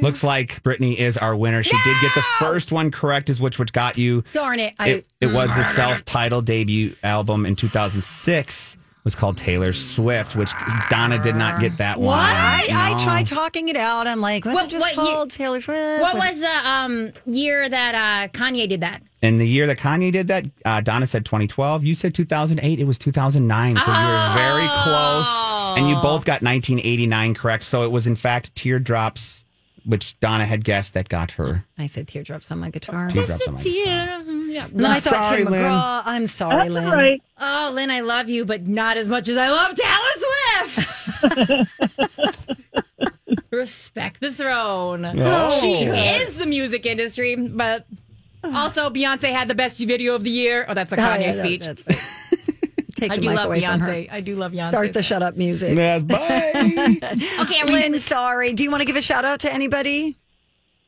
Speaker 3: Looks like Brittany is our winner. She did get the first one correct, is which which got you.
Speaker 1: Darn it! I Mm.
Speaker 3: It, it was the self-titled debut album in 2006. It was called Taylor Swift, which Donna did not get that
Speaker 1: What?
Speaker 3: one.
Speaker 1: I, I
Speaker 3: No.
Speaker 1: tried talking it out. I'm like, what's
Speaker 2: What-
Speaker 1: it just
Speaker 2: what year-
Speaker 1: called? Taylor Swift.
Speaker 2: What was the um, year that uh, Kanye did that?
Speaker 3: And the year that Kanye did that, uh, Donna said 2012. You said 2008. It was 2009. So you were very
Speaker 1: Oh.
Speaker 3: close. And you both got 1989 correct. So it was, in fact, Teardrops, which Donna had guessed that got her.
Speaker 1: I said teardrops on my guitar.
Speaker 3: Teardrops on my
Speaker 2: Yeah. yeah.
Speaker 1: No, I thought
Speaker 3: Sorry,
Speaker 1: Tim
Speaker 3: Lynn.
Speaker 1: McGraw. I'm sorry,
Speaker 2: That's
Speaker 1: Lynn.
Speaker 2: all right. Oh, Lynn, I love you, but not as much as I love Taylor Swift. <laughs> Respect the throne.
Speaker 1: Oh.
Speaker 2: She is the music industry, but also Beyonce had the best video of the year. Oh, that's a
Speaker 1: Oh,
Speaker 2: Kanye
Speaker 1: yeah, that-
Speaker 2: speech.
Speaker 1: that's
Speaker 3: <laughs>
Speaker 1: Take
Speaker 2: I
Speaker 1: the
Speaker 2: do
Speaker 1: mic
Speaker 2: love
Speaker 1: away from her.
Speaker 2: Beyonce. I do love Beyonce.
Speaker 1: Start the shut up music. <laughs>
Speaker 3: Yes, bye.
Speaker 2: okay,
Speaker 1: Lynn, sorry. Do you want to give a shout out to anybody?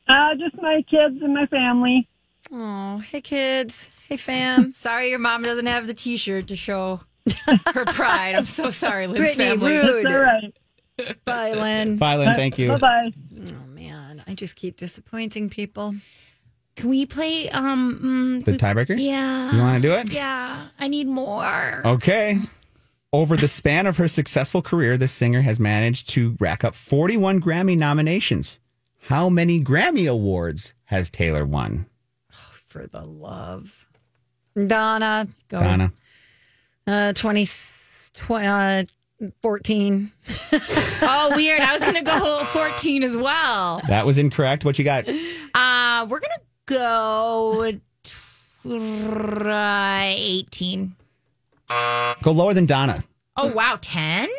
Speaker 11: Uh, just my kids and my family.
Speaker 1: Oh, hey, kids. Hey, fam.
Speaker 2: <laughs> Sorry, your mom doesn't have the T-shirt to show
Speaker 1: <laughs>
Speaker 2: her pride. I'm so sorry, Lynn's
Speaker 1: Brittany,
Speaker 2: family.
Speaker 1: rude.
Speaker 11: That's all right.
Speaker 1: Bye,
Speaker 2: <laughs>
Speaker 1: Lynn.
Speaker 3: Bye, Lynn. Thank you.
Speaker 11: Bye.
Speaker 1: Oh, man. I just keep disappointing people.
Speaker 2: Can we play? Um, mm,
Speaker 3: The tiebreaker?
Speaker 2: Yeah.
Speaker 3: You want to do it?
Speaker 2: yeah, I need more.
Speaker 3: Okay. Over the span of her successful career, the singer has managed to rack up 41 Grammy nominations. How many Grammy Awards has Taylor won?
Speaker 1: For the love. Donna. Go.
Speaker 2: Oh.
Speaker 3: Donna.
Speaker 1: Uh, 20, tw- uh, 14.
Speaker 2: Oh, weird. I was gonna go 14 as well.
Speaker 3: That was incorrect. What you got?
Speaker 2: Uh, we're gonna go tw- uh, 18.
Speaker 3: Go lower than Donna.
Speaker 2: Oh wow, 10.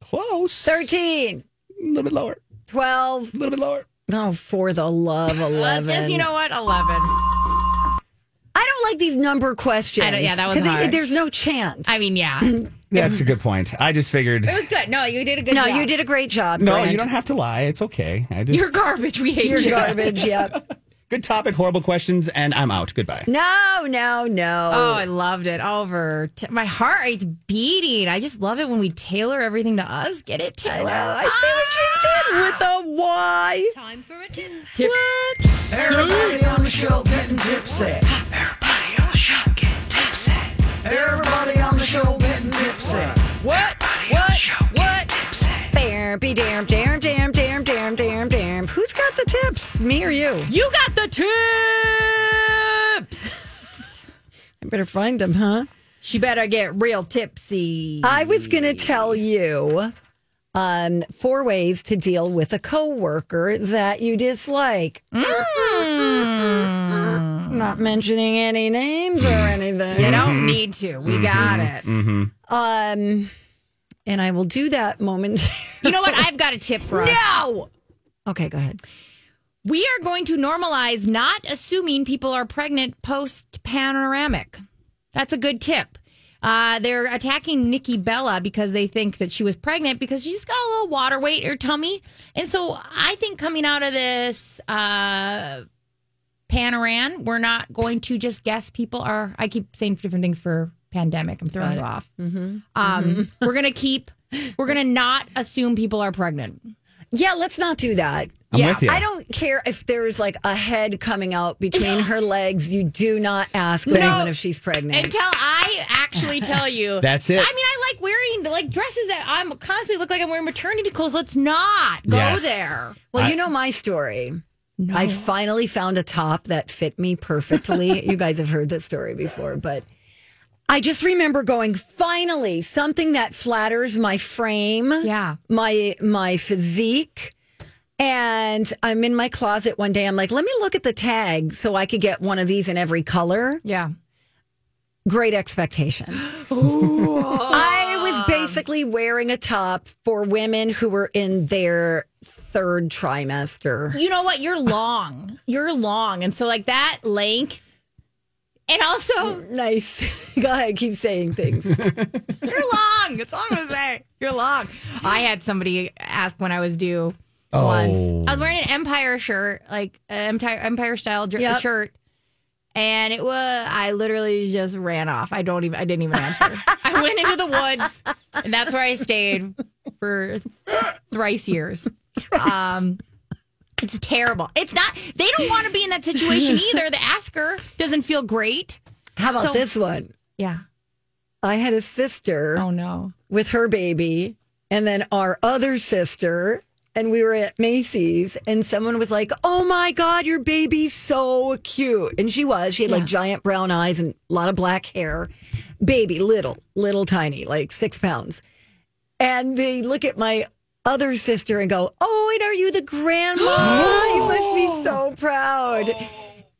Speaker 3: Close.
Speaker 1: 13.
Speaker 3: A little bit lower.
Speaker 1: 12.
Speaker 3: A little bit lower.
Speaker 1: No, for the love, 11.
Speaker 2: Just you know what, 11.
Speaker 1: I don't like these number questions.
Speaker 2: I don't- yeah, that was
Speaker 1: 'Cause they-
Speaker 2: hard.
Speaker 1: there's no chance.
Speaker 2: I mean, yeah, it
Speaker 3: That's a good point. I just figured.
Speaker 2: was good. No, you did a good
Speaker 1: no,
Speaker 2: job.
Speaker 1: you did a great job.
Speaker 3: No,
Speaker 1: Brent.
Speaker 3: you don't have to lie. It's okay. I just
Speaker 2: You're garbage. We hate
Speaker 1: You're
Speaker 3: <laughs>
Speaker 2: you.
Speaker 1: garbage. Yeah.
Speaker 3: good topic, horrible questions, and I'm out. Goodbye.
Speaker 1: No, no, no.
Speaker 2: Oh, I loved it. Over. T- my heart rate's beating. I just love it when we tailor everything to us. Get it,
Speaker 1: I know.
Speaker 2: Taylor. Ah!
Speaker 1: I see what you did with a Y.
Speaker 2: Time for a tip.
Speaker 4: Everybody on the show getting tipsy. Everybody on the show getting tipsy. Everybody on the show getting tipsy.
Speaker 1: What? What? What? Tips. Bam, be damn, damn, damn, damn, damn, damn, damn. Who's got the tips? Me or you?
Speaker 2: You got the tips.
Speaker 1: I better find them, huh?
Speaker 2: she better get real tipsy.
Speaker 1: I was going to tell you um, four ways to deal with a coworker that you dislike.
Speaker 3: Mm.
Speaker 1: Not mentioning any names or anything.
Speaker 2: you don't need to. We got it.
Speaker 1: Mm-hmm. Um, and I will do that moment. <laughs>
Speaker 2: You know what? I've got a tip for us.
Speaker 1: no. Okay, go ahead.
Speaker 2: We are going to normalize not assuming people are pregnant post panoramic. That's a good tip. Uh, they're attacking Nikki Bella because they think that she was pregnant because she's got a little water weight or tummy. And so I think coming out of this uh, panoran, we're not going to just guess people are. I keep saying different things for pandemic. I'm throwing you off. Um, We're going to keep, we're going to not assume people are pregnant.
Speaker 1: Yeah, let's not do that.
Speaker 3: I'm with you.
Speaker 1: I don't care if there's like a head coming out
Speaker 3: <laughs>
Speaker 1: between her legs. You do not ask the
Speaker 2: No.
Speaker 1: woman if she's pregnant.
Speaker 2: Until I actually tell you.
Speaker 3: <laughs> That's it.
Speaker 2: I mean, I like wearing like dresses that I'm constantly look like I'm wearing maternity clothes. Let's not go
Speaker 3: Yes.
Speaker 2: there.
Speaker 1: well,
Speaker 3: I-
Speaker 1: you know my story. I finally found a top that fit me perfectly. you guys have heard this story before, but I just remember going, finally, something that flatters my frame.
Speaker 2: Yeah.
Speaker 1: my my physique and I'm in my closet one day. I'm like, let me look at the tag so I could get one of these in every color.
Speaker 2: Yeah.
Speaker 1: Great expectation.
Speaker 2: Oh.
Speaker 1: I was basically wearing a top for women who were in their third trimester.
Speaker 2: You know what? You're long. You're long. And so like that length and also
Speaker 1: Nice. <laughs> Go ahead, keep saying
Speaker 2: <laughs>
Speaker 1: things.
Speaker 2: you're long. That's all I'm gonna say. You're long. I had somebody ask when I was due
Speaker 3: Oh.
Speaker 2: once. I was wearing an Empire shirt, like an Empire Empire style dr-
Speaker 1: Yep.
Speaker 2: shirt, and it was. I literally just ran off. I don't even. I didn't even answer. I went into the woods, and that's where I stayed for thrice years. Um, It's terrible. It's not. They don't want to be in that situation either. The asker doesn't feel great.
Speaker 1: How about
Speaker 2: So-
Speaker 1: this one?
Speaker 2: Yeah.
Speaker 1: I had a sister.
Speaker 2: Oh no.
Speaker 1: With her baby, and then our other sister, and we were at Macy's, and someone was like, "Oh my God, your baby's so cute!" And she was. She had like giant brown eyes and a lot of black hair. Baby, little, little, tiny, like six pounds. And they look at my other sister and go, "Oh, and are you the grandma? you must
Speaker 3: <gasps>
Speaker 1: be so proud."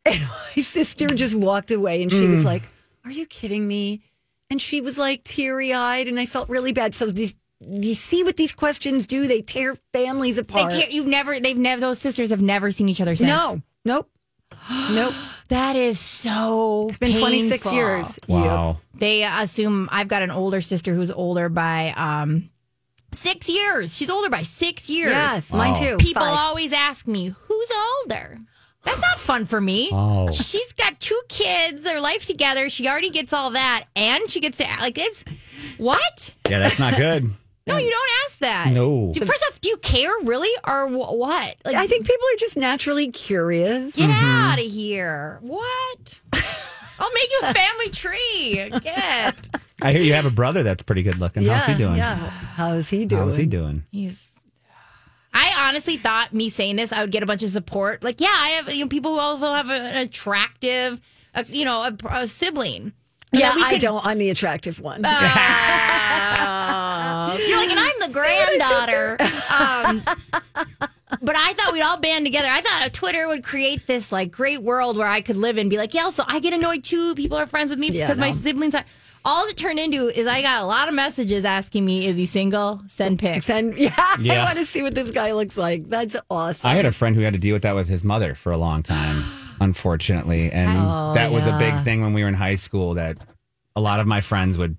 Speaker 1: And my sister just walked away, and she was
Speaker 12: Mm.
Speaker 1: like, "Are you kidding me?" And she was like teary eyed, and I felt really bad. So these, you see what these questions do? They tear families
Speaker 2: They
Speaker 1: apart.
Speaker 2: tear, you've never. They've never. Those sisters have never seen each other since.
Speaker 1: No. Nope. Nope.
Speaker 2: that is so. It's
Speaker 1: been 26 years. Wow.
Speaker 2: They assume I've got an older sister who's older by um six years. She's older by six years.
Speaker 1: Yes, mine Wow. too.
Speaker 2: People
Speaker 1: Five.
Speaker 2: always ask me, who's older? That's not fun for me.
Speaker 1: Oh.
Speaker 2: She's got two kids, their life together. She already gets all that, and she gets to like it's what?
Speaker 3: Yeah, that's not good.
Speaker 2: No, you don't ask that.
Speaker 3: No.
Speaker 2: You- First off, do you care really, or wh- what? Like,
Speaker 1: I think people are just naturally curious.
Speaker 2: Get out of here.
Speaker 1: <laughs>
Speaker 2: What? I'll make you a family tree. Get.
Speaker 3: I hear you have a brother that's pretty good looking. How's he doing?
Speaker 1: How's he doing?
Speaker 3: How's he doing?
Speaker 2: He's. I honestly thought me saying this, I would get a bunch of support. Like, yeah, I have you know people who also have a- an attractive, uh you know, a, a sibling. And
Speaker 1: Yeah,
Speaker 2: that we
Speaker 1: I
Speaker 2: could-
Speaker 1: don't. I'm the attractive one.
Speaker 2: Oh. You're like, and I'm the
Speaker 1: <laughs>
Speaker 2: granddaughter. Um, but I thought we'd all band together. I thought Twitter would create this like great world where I could live and be like, yeah, so I get annoyed too. People are friends with me
Speaker 1: Yeah,
Speaker 2: because my
Speaker 1: no.
Speaker 2: siblings are. All it turned into is I got a lot of messages asking me, is he single? Send pics.
Speaker 1: Send, <laughs> yeah,
Speaker 3: Yeah.
Speaker 1: I want to see what this guy looks like. That's awesome.
Speaker 3: I had a friend who had to deal with that with his mother for a
Speaker 1: <gasps>
Speaker 3: long time, unfortunately. And
Speaker 1: Oh,
Speaker 3: that was a big
Speaker 1: yeah.
Speaker 3: thing when we were in high school that a lot of my friends would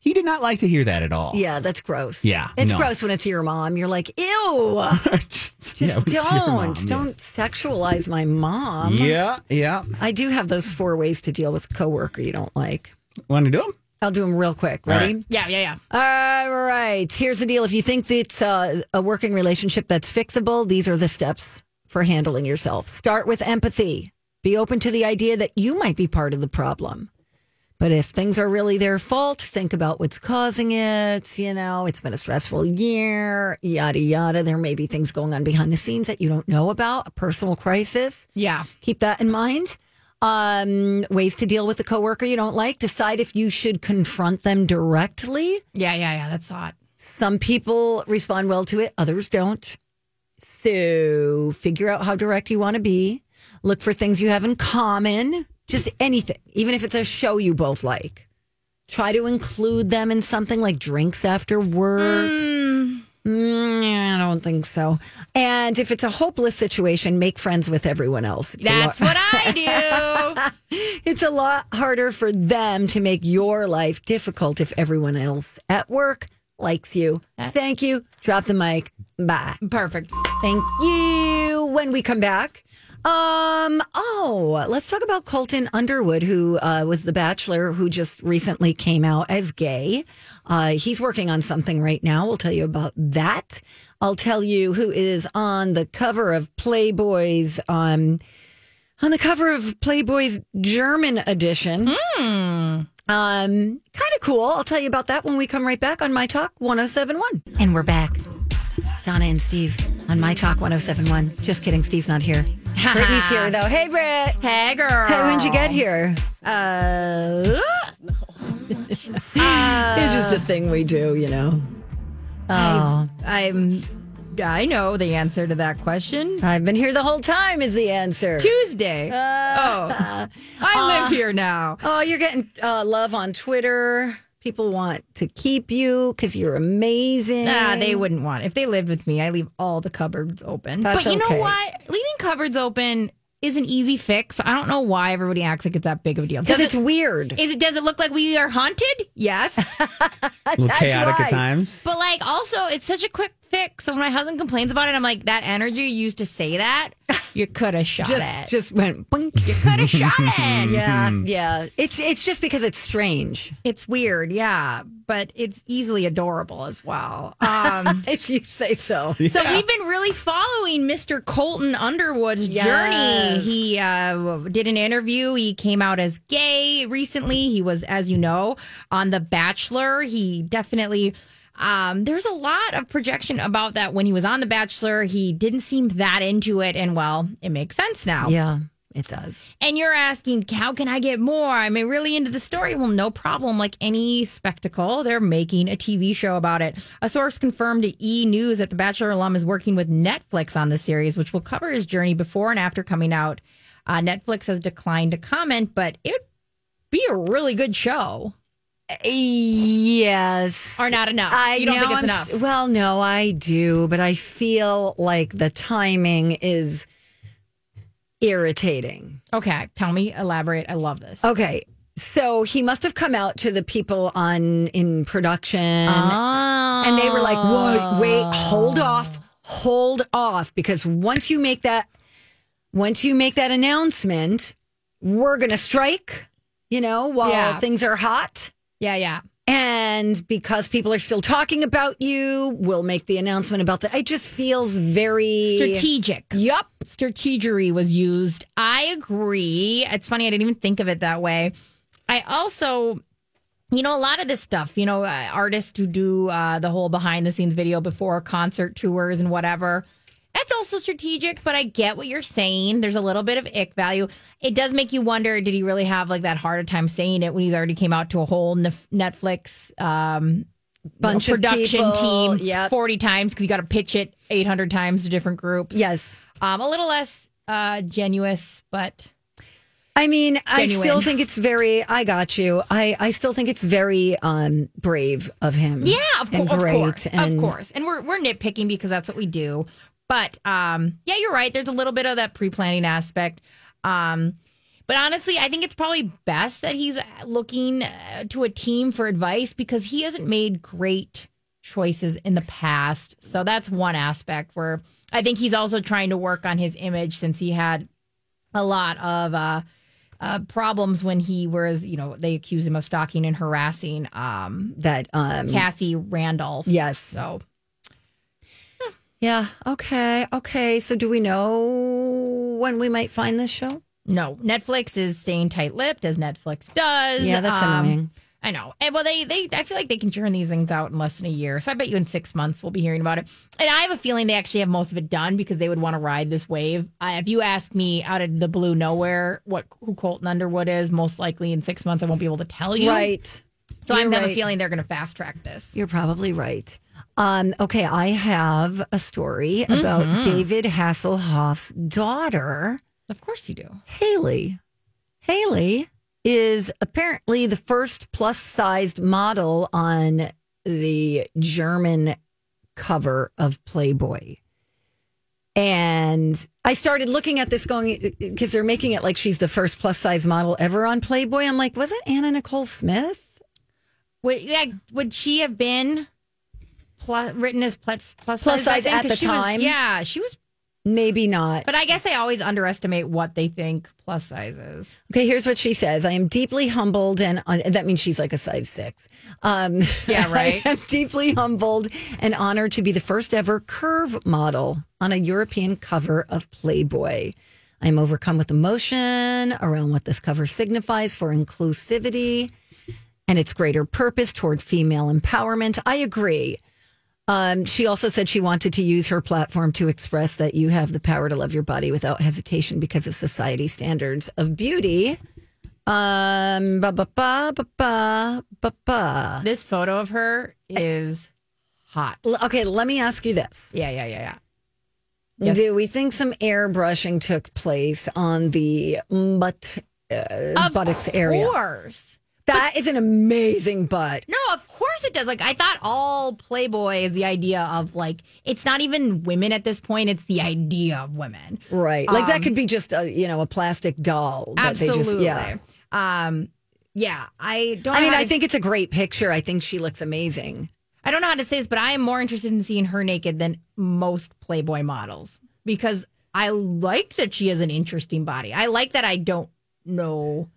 Speaker 3: he did not like to hear that at all. <laughs>
Speaker 1: Yeah, that's gross.
Speaker 3: Yeah,
Speaker 1: It's
Speaker 3: no.
Speaker 1: gross when it's your mom. You're like,
Speaker 3: <laughs>
Speaker 1: ew. Just
Speaker 3: Yeah, when it's your
Speaker 1: don't.
Speaker 3: mom,
Speaker 1: don't sexualize my mom.
Speaker 3: Yeah, yeah.
Speaker 1: I do have those four ways to deal with a coworker you don't like.
Speaker 3: Want to do him?
Speaker 1: I'll do them real quick.
Speaker 3: All
Speaker 1: Ready?
Speaker 3: right.
Speaker 2: Yeah, yeah, yeah.
Speaker 1: All right. Here's the deal. If you think that it's uh, a working relationship that's fixable, these are the steps for handling yourself. Start with empathy. Be open to the idea that you might be part of the problem. But if things are really their fault, think about what's causing it. You know, it's been a stressful year, yada, yada. There may be things going on behind the scenes that you don't know about, a personal crisis.
Speaker 2: Yeah.
Speaker 1: Keep that in mind. Um, ways to deal with a coworker you don't like. Decide if you should confront them directly.
Speaker 2: Yeah, yeah, yeah. That's hot.
Speaker 1: Some people respond well to it, others don't. So figure out how direct you want to be. Look for things you have in common, just anything, even if it's a show you both like. Try to include them in something like drinks after work. Mm, I don't think so. And if it's a hopeless situation, make friends with everyone else. It's a
Speaker 2: That's
Speaker 1: lot-
Speaker 2: what I do.
Speaker 1: it's a lot harder for them to make your life difficult if everyone else at work likes you. Thank you. Drop the mic. Bye. <laughs>
Speaker 2: Perfect.
Speaker 1: Thank you. When we come back, um, oh, let's talk about Colton Underwood, who uh, was the bachelor who just recently came out as gay. Uh, he's working on something right now. We'll tell you about that. I'll tell you who is on the cover of Playboy's um, on the cover of Playboy's German edition. Um, kind of cool. I'll tell you about that when we come right back on My Talk 1071. And we're back. Donna and Steve on My Talk 1071. Just kidding. Steve's not here. Brittany's here, though. Hey, Britt.
Speaker 2: Hey, girl.
Speaker 1: Hey, when'd you get here? Uh, <laughs> it's just a thing we do, you know.
Speaker 2: Oh. I, am I know the answer to that question.
Speaker 1: I've been here the whole time, is the answer.
Speaker 2: <laughs> Tuesday.
Speaker 1: Uh,
Speaker 2: oh. I
Speaker 1: uh,
Speaker 2: live here now.
Speaker 1: Oh, you're getting uh, love on Twitter. People want to keep you because you're amazing.
Speaker 2: Nah, they wouldn't want. It. If they lived with me, I leave all the cupboards open.
Speaker 1: That's
Speaker 2: but you
Speaker 1: okay.
Speaker 2: know what? Leaving cupboards open is an easy fix. I don't know why everybody acts like it's that big of a deal.
Speaker 1: because
Speaker 2: Does
Speaker 1: it's
Speaker 2: it,
Speaker 1: weird.
Speaker 2: is it does it look like we are haunted? Yes.
Speaker 3: A little
Speaker 2: That's
Speaker 3: chaotic
Speaker 2: right.
Speaker 3: at times.
Speaker 2: <laughs> But like, also, it's such a quick fix. So when my husband complains about it, I'm like, that energy you used to say that, you could have shot
Speaker 1: just,
Speaker 2: it.
Speaker 1: just went boink.
Speaker 2: you could
Speaker 1: <laughs>
Speaker 2: have shot <laughs> it.
Speaker 1: yeah, yeah. It's it's just because it's strange. <laughs>
Speaker 2: It's weird, yeah, but it's easily adorable as
Speaker 1: <laughs>
Speaker 2: well. Um,
Speaker 1: if you say so.
Speaker 2: So we've been really following Mr. Colton Underwood's
Speaker 1: Yes.
Speaker 2: journey. He uh, did an interview. He came out as gay recently. He was, as you know, on The Bachelor. He definitely. Um, there's a lot of projection about that when he was on The Bachelor. He didn't seem that into it, and well, it makes sense now.
Speaker 1: Yeah, it does.
Speaker 2: And you're asking, how can I get more? I'm really into the story. Well, no problem. Like any spectacle, they're making a TV show about it. A source confirmed to E! News that the Bachelor alum is working with Netflix on the series, which will cover his journey before and after coming out. Uh, Netflix has declined to comment, but it'd be a really good show.
Speaker 1: Uh, Yes.
Speaker 2: Or not enough.
Speaker 1: I
Speaker 2: Oh, you don't
Speaker 1: know
Speaker 2: think it's
Speaker 1: I'm
Speaker 2: enough.
Speaker 1: st- well, no, I do, but I feel like the timing is irritating.
Speaker 2: okay, tell me, elaborate. I love this.
Speaker 1: Okay. So he must have come out to the people on in production and they were like,
Speaker 2: Oh.
Speaker 1: "What? Wait, hold off. Hold off because once you make that once you make that announcement, we're going to strike, you know, while
Speaker 2: Yeah.
Speaker 1: things are hot."
Speaker 2: Yeah, yeah.
Speaker 1: And because people are still talking about you, we'll make the announcement about that. It just feels very
Speaker 2: Strategic.
Speaker 1: Yup.
Speaker 2: strategery was used. I agree. It's funny, I didn't even think of it that way. I also, you know, a lot of this stuff, you know, uh, artists who do uh, the whole behind the scenes video before concert tours and whatever. That's also strategic, but I get what you're saying. There's a little bit of ick value. It does make you wonder did he really have like that harder time saying it when he's already came out to a whole nef- Netflix um,
Speaker 1: Bunch of
Speaker 2: production
Speaker 1: people.
Speaker 2: team
Speaker 1: Yep.
Speaker 2: 40 times because you got to pitch it 800 times to different groups?
Speaker 1: Yes.
Speaker 2: um, a little less uh, genuous, but
Speaker 1: I mean, I
Speaker 2: Genuine.
Speaker 1: still think it's very. I got you. I I still think it's very um brave of him.
Speaker 2: yeah, of, cour-
Speaker 1: and
Speaker 2: of
Speaker 1: great
Speaker 2: course,
Speaker 1: and-
Speaker 2: of course. And we're we're nitpicking because that's what we do. But um, yeah, you're right. There's a little bit of that pre planning aspect. Um, but honestly, I think it's probably best that he's looking uh, to a team for advice because he hasn't made great choices in the past. So that's one aspect where I think he's also trying to work on his image since he had a lot of uh, uh, problems when he was, you know, they accused him of stalking and harassing um,
Speaker 1: That um.
Speaker 2: Cassie Randolph.
Speaker 1: Yes.
Speaker 2: So
Speaker 1: Yeah. Okay. Okay. So do we know when we might find this show?
Speaker 2: no, Netflix is staying tight-lipped as Netflix does. Um,
Speaker 1: Yeah, that's annoying.
Speaker 2: I know. And well, they they I feel like they can churn these things out in less than a year. So I bet you in six months we'll be hearing about it. And I have a feeling they actually have most of it done because they would want to ride this wave. I, if you ask me out of the blue nowhere what who Colton Underwood is, most likely in six months I won't be able to tell you.
Speaker 1: Right.
Speaker 2: So I
Speaker 1: You're
Speaker 2: have a
Speaker 1: right.
Speaker 2: feeling they're going to fast track this.
Speaker 1: You're probably right. Um, okay, I have a story about David Hasselhoff's daughter,
Speaker 2: Of course you do.
Speaker 1: Haley. Haley is apparently the first plus sized model on the German cover of Playboy. And I started looking at this going because they're making it like she's the first plus size model ever on Playboy. I'm like, was it Anna Nicole Smith?
Speaker 2: Would, yeah, would she have been plus, written as plus plus,
Speaker 1: Plus
Speaker 2: back
Speaker 1: size
Speaker 2: then?
Speaker 1: at
Speaker 2: 'Cause
Speaker 1: the
Speaker 2: she was-
Speaker 1: time?
Speaker 2: yeah, she was.
Speaker 1: Maybe not.
Speaker 2: But I guess I always underestimate what they think plus size is.
Speaker 1: Okay, here's what she says. I am deeply humbled, and uh, that means she's like a size six. Um,
Speaker 2: Yeah, right.
Speaker 1: <laughs> I am deeply humbled and honored to be the first ever curve model on a European cover of Playboy. I am overcome with emotion around what this cover signifies for inclusivity and its greater purpose toward female empowerment. I agree. Um, she also said she wanted to use her platform to express that you have the power to love your body without hesitation because of society standards of beauty. Um, ba ba ba ba ba ba ba.
Speaker 2: This photo of her is hot.
Speaker 1: Okay, let me ask you this.
Speaker 2: Yeah, yeah, yeah, yeah. Yes.
Speaker 1: Do we think some airbrushing took place on the butt uh, buttocks area?
Speaker 2: Of course.
Speaker 1: That is an amazing butt.
Speaker 2: No, of course it does. Like I thought all Playboy is the idea of like it's not even women at this point, it's the idea of women.
Speaker 1: Right. Like that
Speaker 2: Um,
Speaker 1: could be just a you know a plastic doll. that they just-
Speaker 2: Absolutely.
Speaker 1: yeah.
Speaker 2: Um yeah, I don't
Speaker 1: I
Speaker 2: know
Speaker 1: mean,
Speaker 2: how
Speaker 1: I
Speaker 2: to-
Speaker 1: think it's a great picture. I think she looks amazing.
Speaker 2: I don't know how to say this, but I am more interested in seeing her naked than most Playboy models because I like that she has an interesting body. I like that I don't know,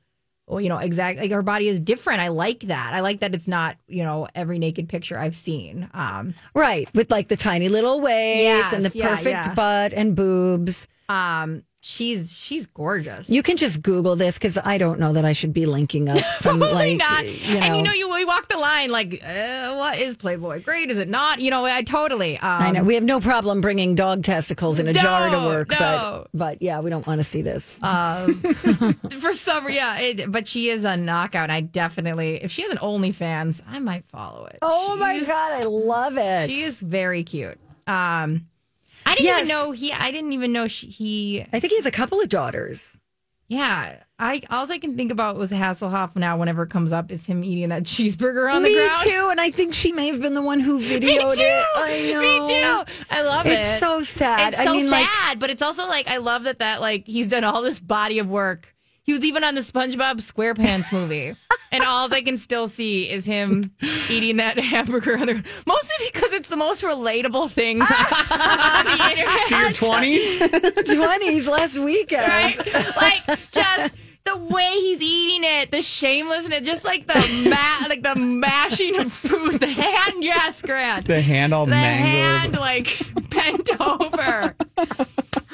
Speaker 2: well, you know, exactly like her body is different. I like that. I like that it's not, you know, every naked picture I've seen. Um,
Speaker 1: Right, with like the tiny little waist
Speaker 2: Yes,
Speaker 1: and the
Speaker 2: yeah,
Speaker 1: perfect
Speaker 2: yeah.
Speaker 1: butt and boobs.
Speaker 2: um, she's she's gorgeous.
Speaker 1: You can just Google this because I don't know that I should be linking
Speaker 2: <laughs>
Speaker 1: up from like
Speaker 2: Probably not.
Speaker 1: you know.
Speaker 2: And you know, you we walk the line like, uh, what is Playboy? Great, is it not? You know, I totally. Um,
Speaker 1: I know we have no problem bringing dog testicles in a jar to
Speaker 2: No,
Speaker 1: work,
Speaker 2: no.
Speaker 1: but but yeah, we don't want to see this.
Speaker 2: Um, <laughs> for some, yeah, it, but she is a knockout. And I definitely, if she has an OnlyFans, I might follow it.
Speaker 1: Oh my
Speaker 2: She's-
Speaker 1: God, I love it.
Speaker 2: She is very cute. Um, I didn't
Speaker 1: Yes.
Speaker 2: even know he. I didn't even know she, he.
Speaker 1: I think he has a couple of daughters.
Speaker 2: Yeah, I all I can think about with Hasselhoff now. Whenever it comes up, is him eating that cheeseburger on
Speaker 1: Me
Speaker 2: the ground.
Speaker 1: too, and I think she may have been the one who videoed
Speaker 2: <laughs> Me too.
Speaker 1: it. I know.
Speaker 2: Me too. I love it.
Speaker 1: It's so sad.
Speaker 2: It's
Speaker 1: I
Speaker 2: so
Speaker 1: mean, like-
Speaker 2: sad, but it's also like I love that that like he's done all this body of work. He was even on the SpongeBob
Speaker 1: <laughs>
Speaker 2: SquarePants movie, and all I can still see is him eating that hamburger. on the- Mostly because it's the most relatable
Speaker 1: <laughs>
Speaker 2: thing <laughs> on the internet.
Speaker 3: To your 20s?
Speaker 1: Twenties last weekend.
Speaker 2: like just the way he's eating it, the shamelessness, just like the ma- like the mashing of food, the hand. Yes, Grant.
Speaker 3: The hand all
Speaker 2: the hand
Speaker 3: mangled.
Speaker 2: like <laughs> bent over.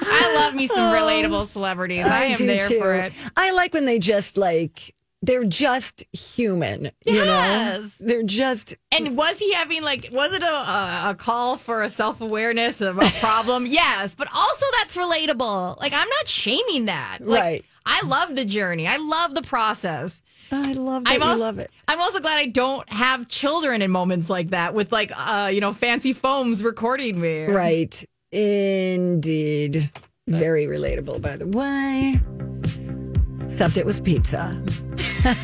Speaker 2: I love me some relatable celebrities. I, am
Speaker 1: do
Speaker 2: there for it.
Speaker 1: I like when they just like they're just human. You know?
Speaker 2: Yes.
Speaker 1: They're just
Speaker 2: And was he having like was it a a, a call for a self awareness of a
Speaker 1: <laughs>
Speaker 2: problem? yes, but also that's relatable. Like I'm not shaming that. Like,
Speaker 1: Right.
Speaker 2: I love the journey. I love the process.
Speaker 1: I love that
Speaker 2: I'm
Speaker 1: you
Speaker 2: also,
Speaker 1: love it.
Speaker 2: I'm also glad I don't have children in moments like that with like uh you know fancy foams recording me.
Speaker 1: Right. Indeed. Very relatable, by the way. Except it was pizza.
Speaker 2: Mine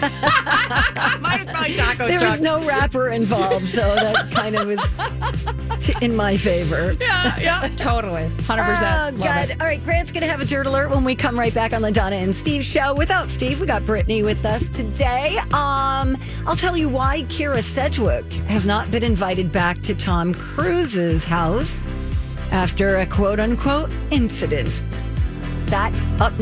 Speaker 2: was probably taco
Speaker 1: there
Speaker 2: truck.
Speaker 1: was no rapper involved, so that kind of was
Speaker 2: <laughs>
Speaker 1: in my favor.
Speaker 2: Yeah, yeah, totally.
Speaker 1: <laughs>
Speaker 2: 100%.
Speaker 1: Oh,
Speaker 2: Love
Speaker 1: God.
Speaker 2: it.
Speaker 1: All right, Grant's going to have a dirt alert when we come right back on the Donna and Steve show. Without Steve, we got Brittany with us today. Um, I'll tell you why Kira Sedgwick has not been invited back to Tom Cruise's house after a quote unquote incident. That up next.